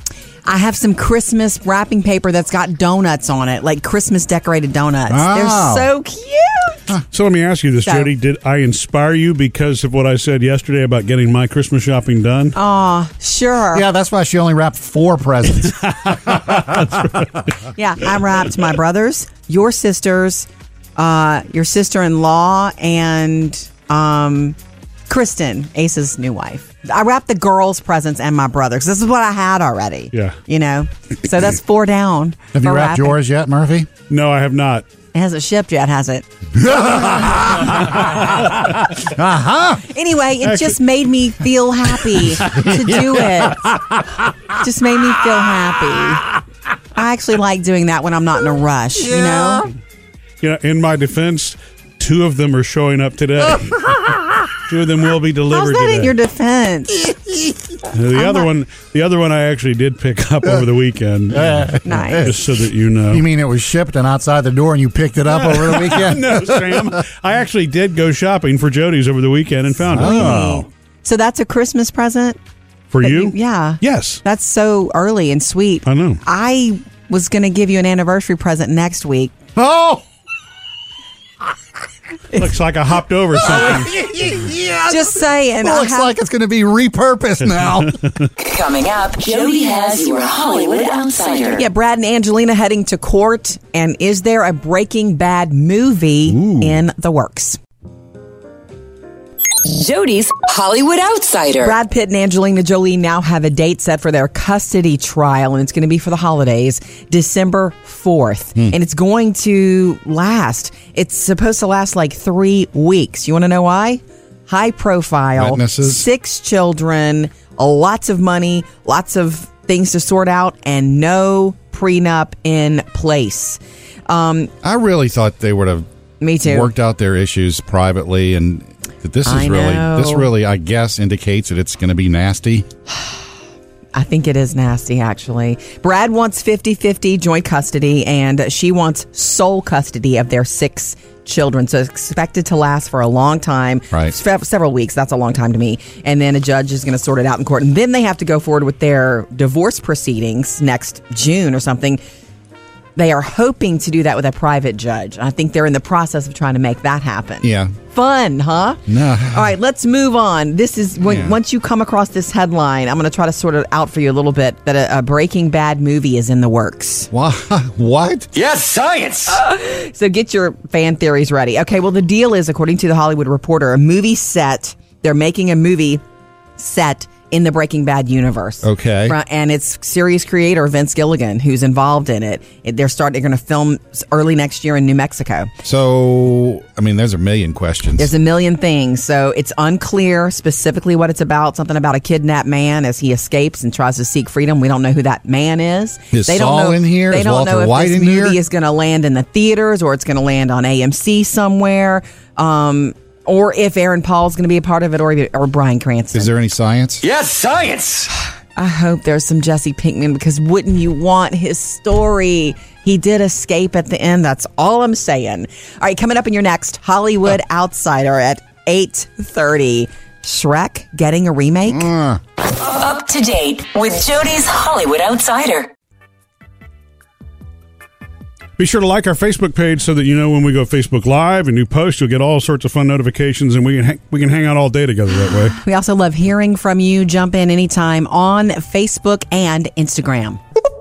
B: I have some Christmas wrapping paper that's got donuts on it, like Christmas decorated donuts.
C: Wow.
B: They're so cute.
A: So let me ask you this,
B: So-
A: Jody. Did I inspire you because of what I said yesterday about getting my Christmas shopping done?
B: Oh. Sure.
C: Yeah, that's why she only wrapped four presents.
B: Yeah, I wrapped my brothers, your sisters, uh, your sister in law, and um, Kristen, Ace's new wife. I wrapped the girls' presents and my brothers. This is what I had already.
A: Yeah.
B: You know? So that's four down.
C: Have you
B: for
C: wrapped
B: wrapping.
C: yours yet, Murphy?
A: no, I have not.
B: It hasn't shipped yet, has it? Anyway, it just made me feel happy to do it. Just made me feel happy. I actually like doing that when I'm not in a rush, you know?
A: You know, in my defense, two of them are showing up today. two of them will be
B: How's
A: delivered
B: that
A: today.
B: in your defense?
A: The other one, the other one, I actually did pick up over the weekend. Uh,
C: Uh,
B: Nice.
A: Just so that you know.
C: You mean it was shipped and outside the door and you picked it up over the weekend?
A: no, Sam. I actually did go shopping for Jody's over the weekend and found it.
C: Oh.
B: So that's a Christmas present
A: For
B: that
A: you?
B: Yeah.
A: Yes.
B: That's so early and sweet.
A: I know.
B: I was going to give you an anniversary present next week.
C: Oh!
A: Looks like I hopped over
B: Oh,
A: something.
C: yeah.
B: Just saying. I
C: looks
B: have-
C: like it's going to be repurposed now.
D: Coming up, Jody has your Hollywood Outsider.
B: yeah, Brad and Angelina heading to court. And is there a Breaking Bad movie in the works?
D: Jody's Hollywood Outsider.
B: Brad Pitt and Angelina Jolie now have a date set for their custody trial, and it's going to be for the holidays, December 4th. And it's going to last. It's supposed to last like three weeks. You want to know why? High profile,
C: Witnesses.
B: six children, lots of money, lots of things to sort out, and no prenup in place. Um,
C: I really thought they would have
B: me too.
C: worked out their issues privately and that this is
B: I
C: really this
B: know.
C: really I guess indicates that it's going to be nasty.
B: I think it is nasty, actually. Brad wants 50 50 joint custody, and she wants sole custody of their six children. So it's expected to last for a long time
C: Right.
B: se- several weeks. That's a long time to me. And then a judge is going to sort it out in court. And then they have to go forward with their divorce proceedings next June or something. They are hoping to do that with a private judge. I think they're in the process of trying to make that happen.
C: Yeah.
B: Fun, huh?
C: No.
B: All right, let's move on. This is when
C: Yeah.
B: once you come across this headline, I'm going to try to sort it out for you a little bit that a, a Breaking Bad movie is in the works.
C: Why? What?
B: So get your fan theories ready. Okay, well the deal is according to the Hollywood Reporter, a movie set, they're making a movie set in the Breaking Bad universe.
C: Okay.
B: Fro- And it's series creator Vince Gilligan who's involved in it. It- They're starting they're going to film s- early next year in New Mexico.
C: So, I mean, there's a million questions.
B: There's a million things, so it's unclear specifically what it's about. Something about a kidnapped man as he escapes and tries to seek freedom. We don't know who that man is.
C: Is
B: they don't
C: Saul
B: know,
C: in here?
B: They
C: Is
B: don't
C: Walter
B: know if
C: White
B: this
C: in here?
B: movie is going to land in the theaters or it's going to land on AMC somewhere, um, or if Aaron Paul's going to be a part of it, or or Brian Cranston.
C: Is there any science? Yeah.
B: I hope there's some Jesse Pinkman because wouldn't you want his story? He did escape at the end. That's all I'm saying. All right, coming up in your next Hollywood Outsider at 8:30. Shrek getting a remake?
D: Up to date with Jody's Hollywood Outsider.
A: Be sure to like our Facebook page so that you know when we go Facebook Live and new posts. You'll get all sorts of fun notifications, and we can hang, we can hang out all day together that way.
B: We also love hearing from you. Jump in anytime on Facebook and Instagram.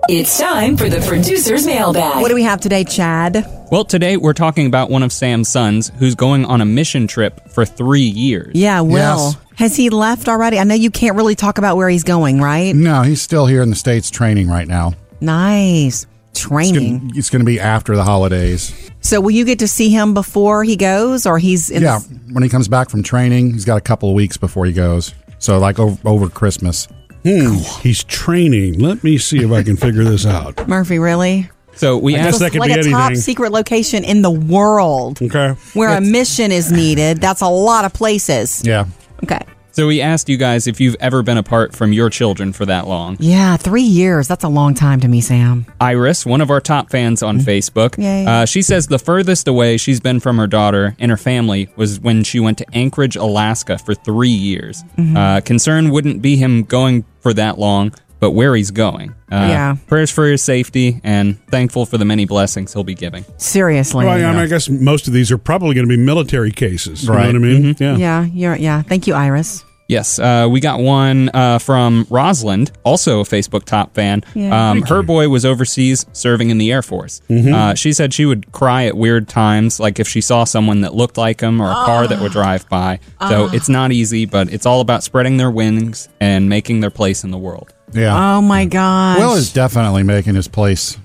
D: It's time for the producer's mailbag.
B: What do we have today, Chad?
K: Well, today we're talking about one of Sam's sons who's going on a mission trip for three years.
B: Yeah, Will.
C: Yes.
B: Has he left already? I know you can't really talk about where he's going, right?
C: No, he's still here in the states training right now.
B: Nice.
C: It's
B: Training.
C: gonna, it's gonna be after the holidays.
B: So will you get to see him before he goes or he's in
C: yeah, when he comes back from training, he's got a couple of weeks before he goes. So like over, over Christmas.
A: Hmm, he's training. Let me see if I can figure this out.
B: Murphy, really?
K: So we
A: I guess
K: asked
A: that could
B: like
A: be
B: a top
A: anything. Oh,
B: secret location in the world
A: Okay.
B: where a mission is needed. That's a lot of places.
C: Yeah,
B: Okay.
K: so we asked you guys if you've ever been apart from your children for that long.
B: Yeah, three years. That's a long time to me, Sam.
K: Iris, one of our top fans on Facebook,
B: Yay.
K: Uh, she says the furthest away she's been from her daughter and her family was when she went to Anchorage, Alaska for three years. Uh, concern wouldn't be him going for that long, but where he's going. Uh,
B: Yeah.
K: Prayers for his safety and thankful for the many blessings he'll be giving.
B: Seriously.
A: Well, I, mean, I guess most of these are probably going to be military cases. You know
C: Right.
A: what I mean? Mm-hmm. Yeah.
B: yeah, you're yeah. Thank you, Iris.
K: Yes, uh, we got one uh, from Rosalind, also a Facebook top fan.
B: Yeah.
K: Um, her boy was overseas serving in the Air Force. Uh, she said she would cry at weird times, like if she saw someone that looked like him or a car that would drive by. So it's not easy, but it's all about spreading their wings and making their place in the world.
C: yeah.
B: Oh my gosh.
C: Will is definitely making his place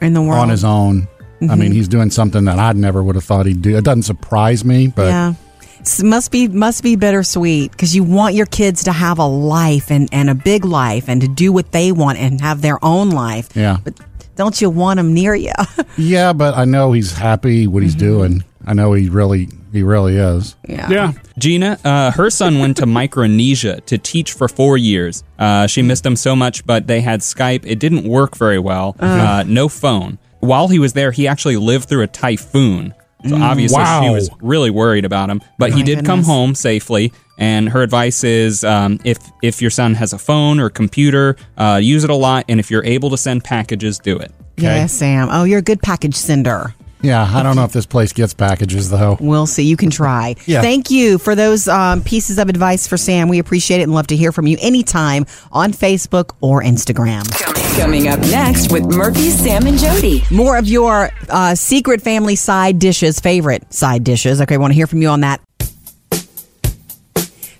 B: in the world
C: on his own. I
B: Mm-hmm.
C: mean, he's doing something that I never would have thought he'd do. It doesn't surprise me, but
B: yeah. S- Must be must be bittersweet because you want your kids to have a life and, and a big life and to do what they want and have their own life.
C: Yeah.
B: But don't you want them near you? Mm-hmm.
C: yeah, but I know he's happy what he's doing. I know he really he really is.
K: Yeah. Gina, uh, her son went to Micronesia to teach for four years. Uh, she missed him so much, but they had Skype. It didn't work very well. Uh. no phone. While he was there, he actually lived through a typhoon. So
L: Mm.
K: obviously, she
L: Wow. Oh
K: was really worried about him. But he
L: My
K: did come
L: goodness.
K: home safely. And her advice is um, if, if your son has a phone or computer, uh, use it a lot. And if you're able to send packages, do it.
B: Yeah, Sam. Oh, you're a good package sender.
C: Yeah, I don't know if this place gets packages though.
B: We'll see. You can try.
C: Yeah.
B: Thank you for those um, pieces of advice for Sam. We appreciate it and love to hear from you anytime on Facebook or Instagram.
M: Coming up next with Murphy, Sam, and Jody.
B: More of your uh, secret family side dishes, favorite side dishes. Okay, want to hear from you on that.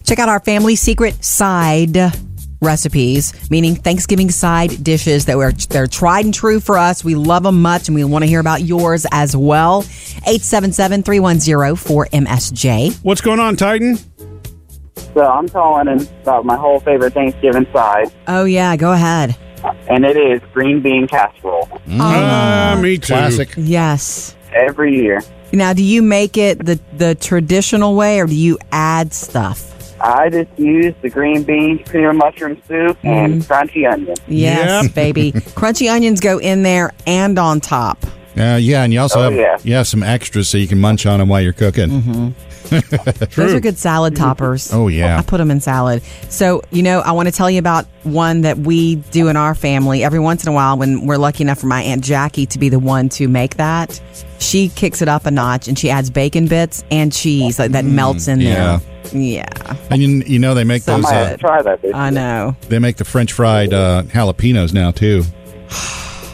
B: Check out our family secret side recipes, meaning Thanksgiving side dishes that were they're tried and true for us. We love them much, and we want to hear about yours as well. 877-310-4MSJ.
A: What's going on, Titan?
N: So I'm calling in about my whole favorite Thanksgiving side,
B: Oh yeah, go ahead.
N: and it is green bean casserole.
B: Mm. Oh.
A: Ah, me too.
C: Classic.
B: Yes.
N: Every year,
B: Now, do you make it the the traditional way, or do you add stuff?
N: I just use the green bean, cream of mushroom soup, and
D: Mm-hmm.
N: crunchy onion.
B: Yes, baby. Crunchy onions go in there and on top.
O: Uh, yeah, and you also
B: Oh,
O: have
B: yeah.
O: you have some extras so you can munch on them while you're cooking.
B: Mm-hmm. Those are good salad toppers.
O: Oh, yeah.
B: I put them in salad. So, you know, I want to tell you about one that we do in our family every once in a while when we're lucky enough for my Aunt Jackie to be the one to make that. She kicks it up a notch and she adds bacon bits and cheese like, that melts in
O: Mm, yeah.
B: there. Yeah.
O: And you, you know they make
B: So
O: those.
B: good.
O: Uh,
N: try that.
B: I know.
O: they make the French fried uh, jalapenos now too,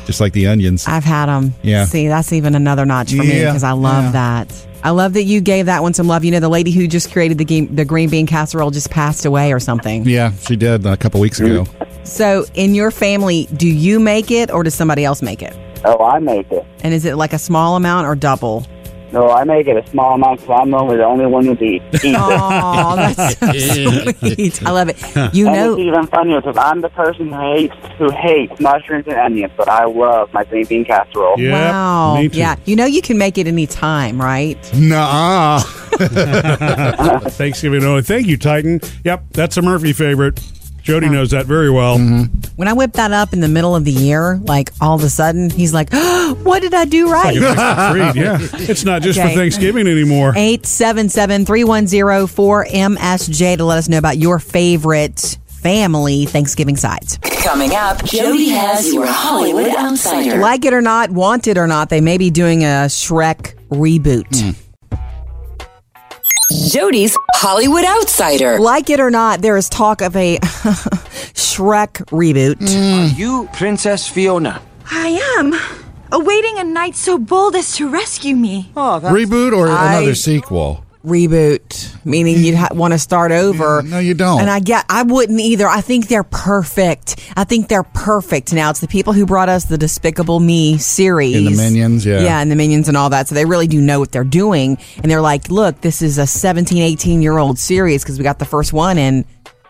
O: just like the onions.
B: I've had them.
O: Yeah.
B: See, that's even another notch for me
O: Yeah.
B: because I love
O: Yeah.
B: that. I love that you gave that one some love. You know, the lady who just created the, game, the green bean casserole just passed away or something.
O: Yeah, she did a couple weeks ago.
B: So, in your family, do you make it or does somebody else make it?
N: Oh, I make it.
B: And is it like a small amount or double?
N: No, I make it a small amount because I'm normally the only one who eats.
B: Oh, that's so sweet. I love it. You
N: and
B: know,
N: it's even funnier because I'm the person who hates who hates mushrooms and onions, but I love my green bean casserole.
B: wow. Yeah, you know, you can make it any time, right?
O: Nah.
A: Thanksgiving only. Thank you, Titan. Yep, that's a Murphy favorite. Jody knows that very well.
B: When I whip that up in the middle of the year, like all of a sudden, he's like, "What did I do right?"
A: Like a Creed, yeah. It's not just
B: Okay.
A: for Thanksgiving anymore.
B: 877 310 4MSJ to let us know about your favorite family Thanksgiving sides.
M: Coming up, Jody has your Hollywood Outsider.
B: Like it or not, want it or not, they may be doing a Shrek reboot.
M: Jody's Hollywood Outsider.
B: Like it or not, there is talk of a Shrek reboot.
G: You, Princess Fiona.
H: I am awaiting a knight so bold as to rescue me.
G: Oh,
O: Reboot or another
B: I-
O: sequel?
B: Reboot, meaning you'd ha- want to start over.
O: No, you don't.
B: And I get, I wouldn't either. I think they're perfect. I think they're perfect. Now it's the people who brought us the Despicable Me series
O: In the Minions, yeah.
B: yeah, and the Minions and all that. So they really do know what they're doing, and they're like, look, this is a 17, 18 year old series because we got the first one in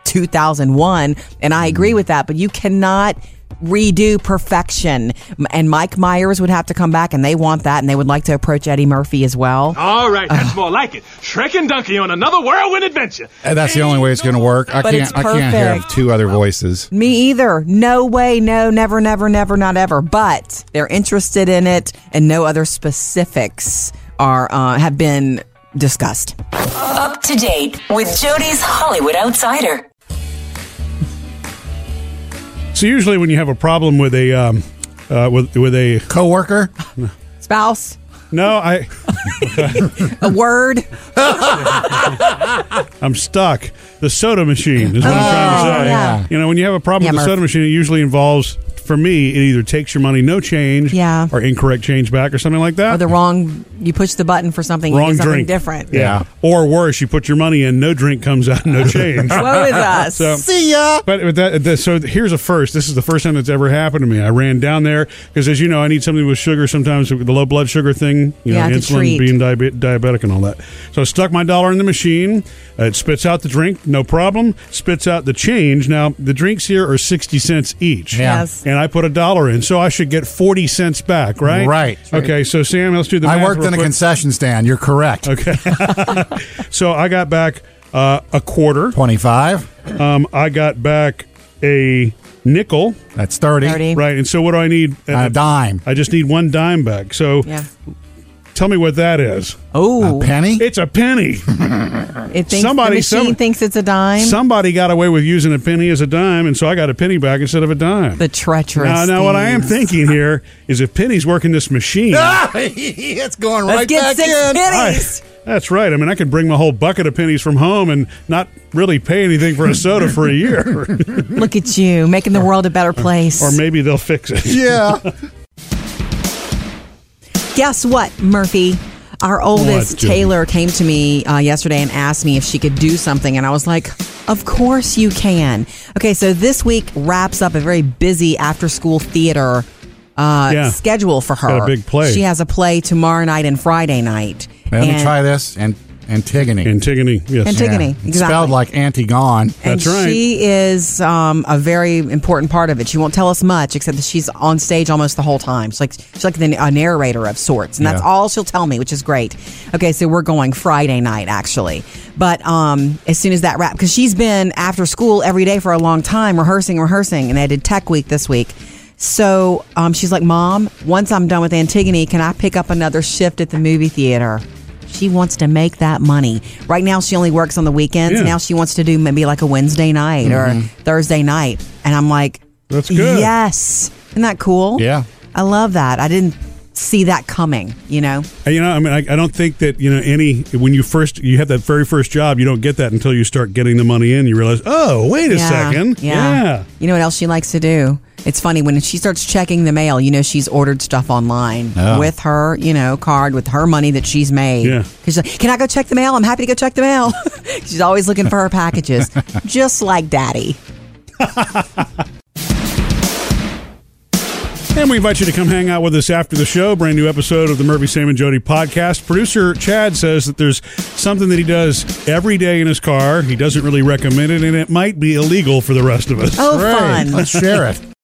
B: 2001, and I
O: Mm.
B: agree with that. But you cannot redo perfection, M- and Mike Myers would have to come back, and they want that, and they would like to approach Eddie Murphy as well.
P: All right, that's more like it. Shrek and Donkey on another whirlwind adventure.
O: And that's the only way it's going to work. I
B: But
O: can't.
B: it's
O: I can't have
B: perfect.
O: two other voices.
B: Me either. No way. No, never, never, never, not ever. But they're interested in it, and no other specifics are uh, have been discussed.
M: Up to date with Jody's Hollywood Outsider.
A: So usually when you have a problem with a um, uh, with with a
O: coworker,
B: Spouse,
A: no, I
B: a word.
A: I'm stuck. The soda machine is what I'm trying to
B: Oh,
A: say.
B: yeah.
A: You know, when you have a problem
B: Yeah,
A: with the soda machine, it usually involves for me it either takes your money no change,
B: Yeah.
A: or incorrect change back or something like that.
B: Or the wrong, you push the button for something, you
A: Wrong
B: get something
A: drink.
B: different.
A: Or worse, you put your money in, no drink comes out, no change.
B: Woe is us.
A: So,
B: See ya.
A: But with that, that- so here's a first. This is the first time that's ever happened to me. I ran down there because, as you know, I need something with sugar sometimes, with the low blood sugar thing, you
B: Yeah,
A: know,
B: to
A: insulin,
B: treat.
A: being diabe- diabetic, and all that. So I stuck my dollar in the machine. Uh, It spits out the drink, no problem. Spits out the change. Now, the drinks here are 60 cents each.
B: Yeah. Yes.
A: And and I put a dollar in, so I should get forty cents back, right?
C: Right.
A: Okay. So Sam, let's do the.
C: I
A: math
C: worked
A: real
C: in a
A: quick.
C: concession stand. You're correct.
A: Okay. so I got back uh, a quarter.
C: 25.
A: Um, I got back a nickel.
C: That's 30.
B: 30.
A: Right. And so what do I need? Uh,
C: A dime.
A: I just need one dime back. So
B: Yeah.
A: tell me what that is.
C: Um,
B: Oh,
C: Penny?
A: It's a penny.
B: it thinks
A: somebody-
B: the machine
A: some-
B: thinks it's a dime.
A: Somebody got away with using a penny as a dime, and so I got a penny back instead of a dime.
B: the treacherous.
A: Now, now what I am
B: thieves.
A: thinking here is if Penny's working this machine.
C: it's going
B: Let's
C: right
B: get
C: back
B: six
C: in.
A: I-
B: pennies.
A: that's right. I mean, I could bring my whole bucket of pennies from home and not really pay anything for a soda for a year.
B: Look at you making the world a better place.
A: or maybe they'll fix it.
C: Yeah.
B: Guess what, Murphy? Our oldest
A: What, Judy?
B: Taylor came to me uh, yesterday and asked me if she could do something, and I was like, "Of course you can." Okay, so this week wraps up a very busy after-school theater uh,
A: Yeah.
B: schedule for her.
A: Got a big play.
B: She has a play tomorrow night and Friday night.
C: Let me
B: And-
C: try this. And Antigone.
A: Antigone, yes.
B: Antigone,
C: Yeah. It's
B: exactly.
C: Spelled like Antigone.
A: That's
B: and
A: right.
B: She is um, a very important part of it. She won't tell us much, except that she's on stage almost the whole time. She's like she's like the, a narrator of sorts, and that's
C: Yeah.
B: all she'll tell me, which is great. Okay, so we're going Friday night actually, but um, as soon as that wrap, because she's been after school every day for a long time, rehearsing, rehearsing, and they did Tech Week this week. So um, she's like, "Mom, once I'm done with Antigone, can I pick up another shift at the movie theater?" She wants to make that money. Right now, she only works on the weekends.
A: Yeah. Mm-hmm.
B: Now she wants to do maybe like a Wednesday night or Thursday night. And I'm like,
A: That's good.
B: Yes. Isn't that cool?
C: Yeah.
B: I love that. I didn't see that coming, you know?
A: And, Uh, you know, I mean, I, I don't think that you know any when you first you have that very first job, you don't get that until you start getting the money in. You realize, oh, wait a second,
B: Yeah. You know what else she likes to do? It's funny when she starts checking the mail, you know, she's ordered stuff online
C: Oh.
B: with her, you know, card, with her money that she's made.
A: Yeah.
B: 'Cause She's like, Can I go check the mail? I'm happy to go check the mail. she's always looking for her packages, just like daddy.
A: And we invite you to come hang out with us after the show. Brand new episode of the Murphy, Sam, and Jody podcast. Producer Chad says that there's something that he does every day in his car. He doesn't really recommend it, and it might be illegal for the rest of us.
B: Oh,
C: Great.
B: fun.
C: Let's share it.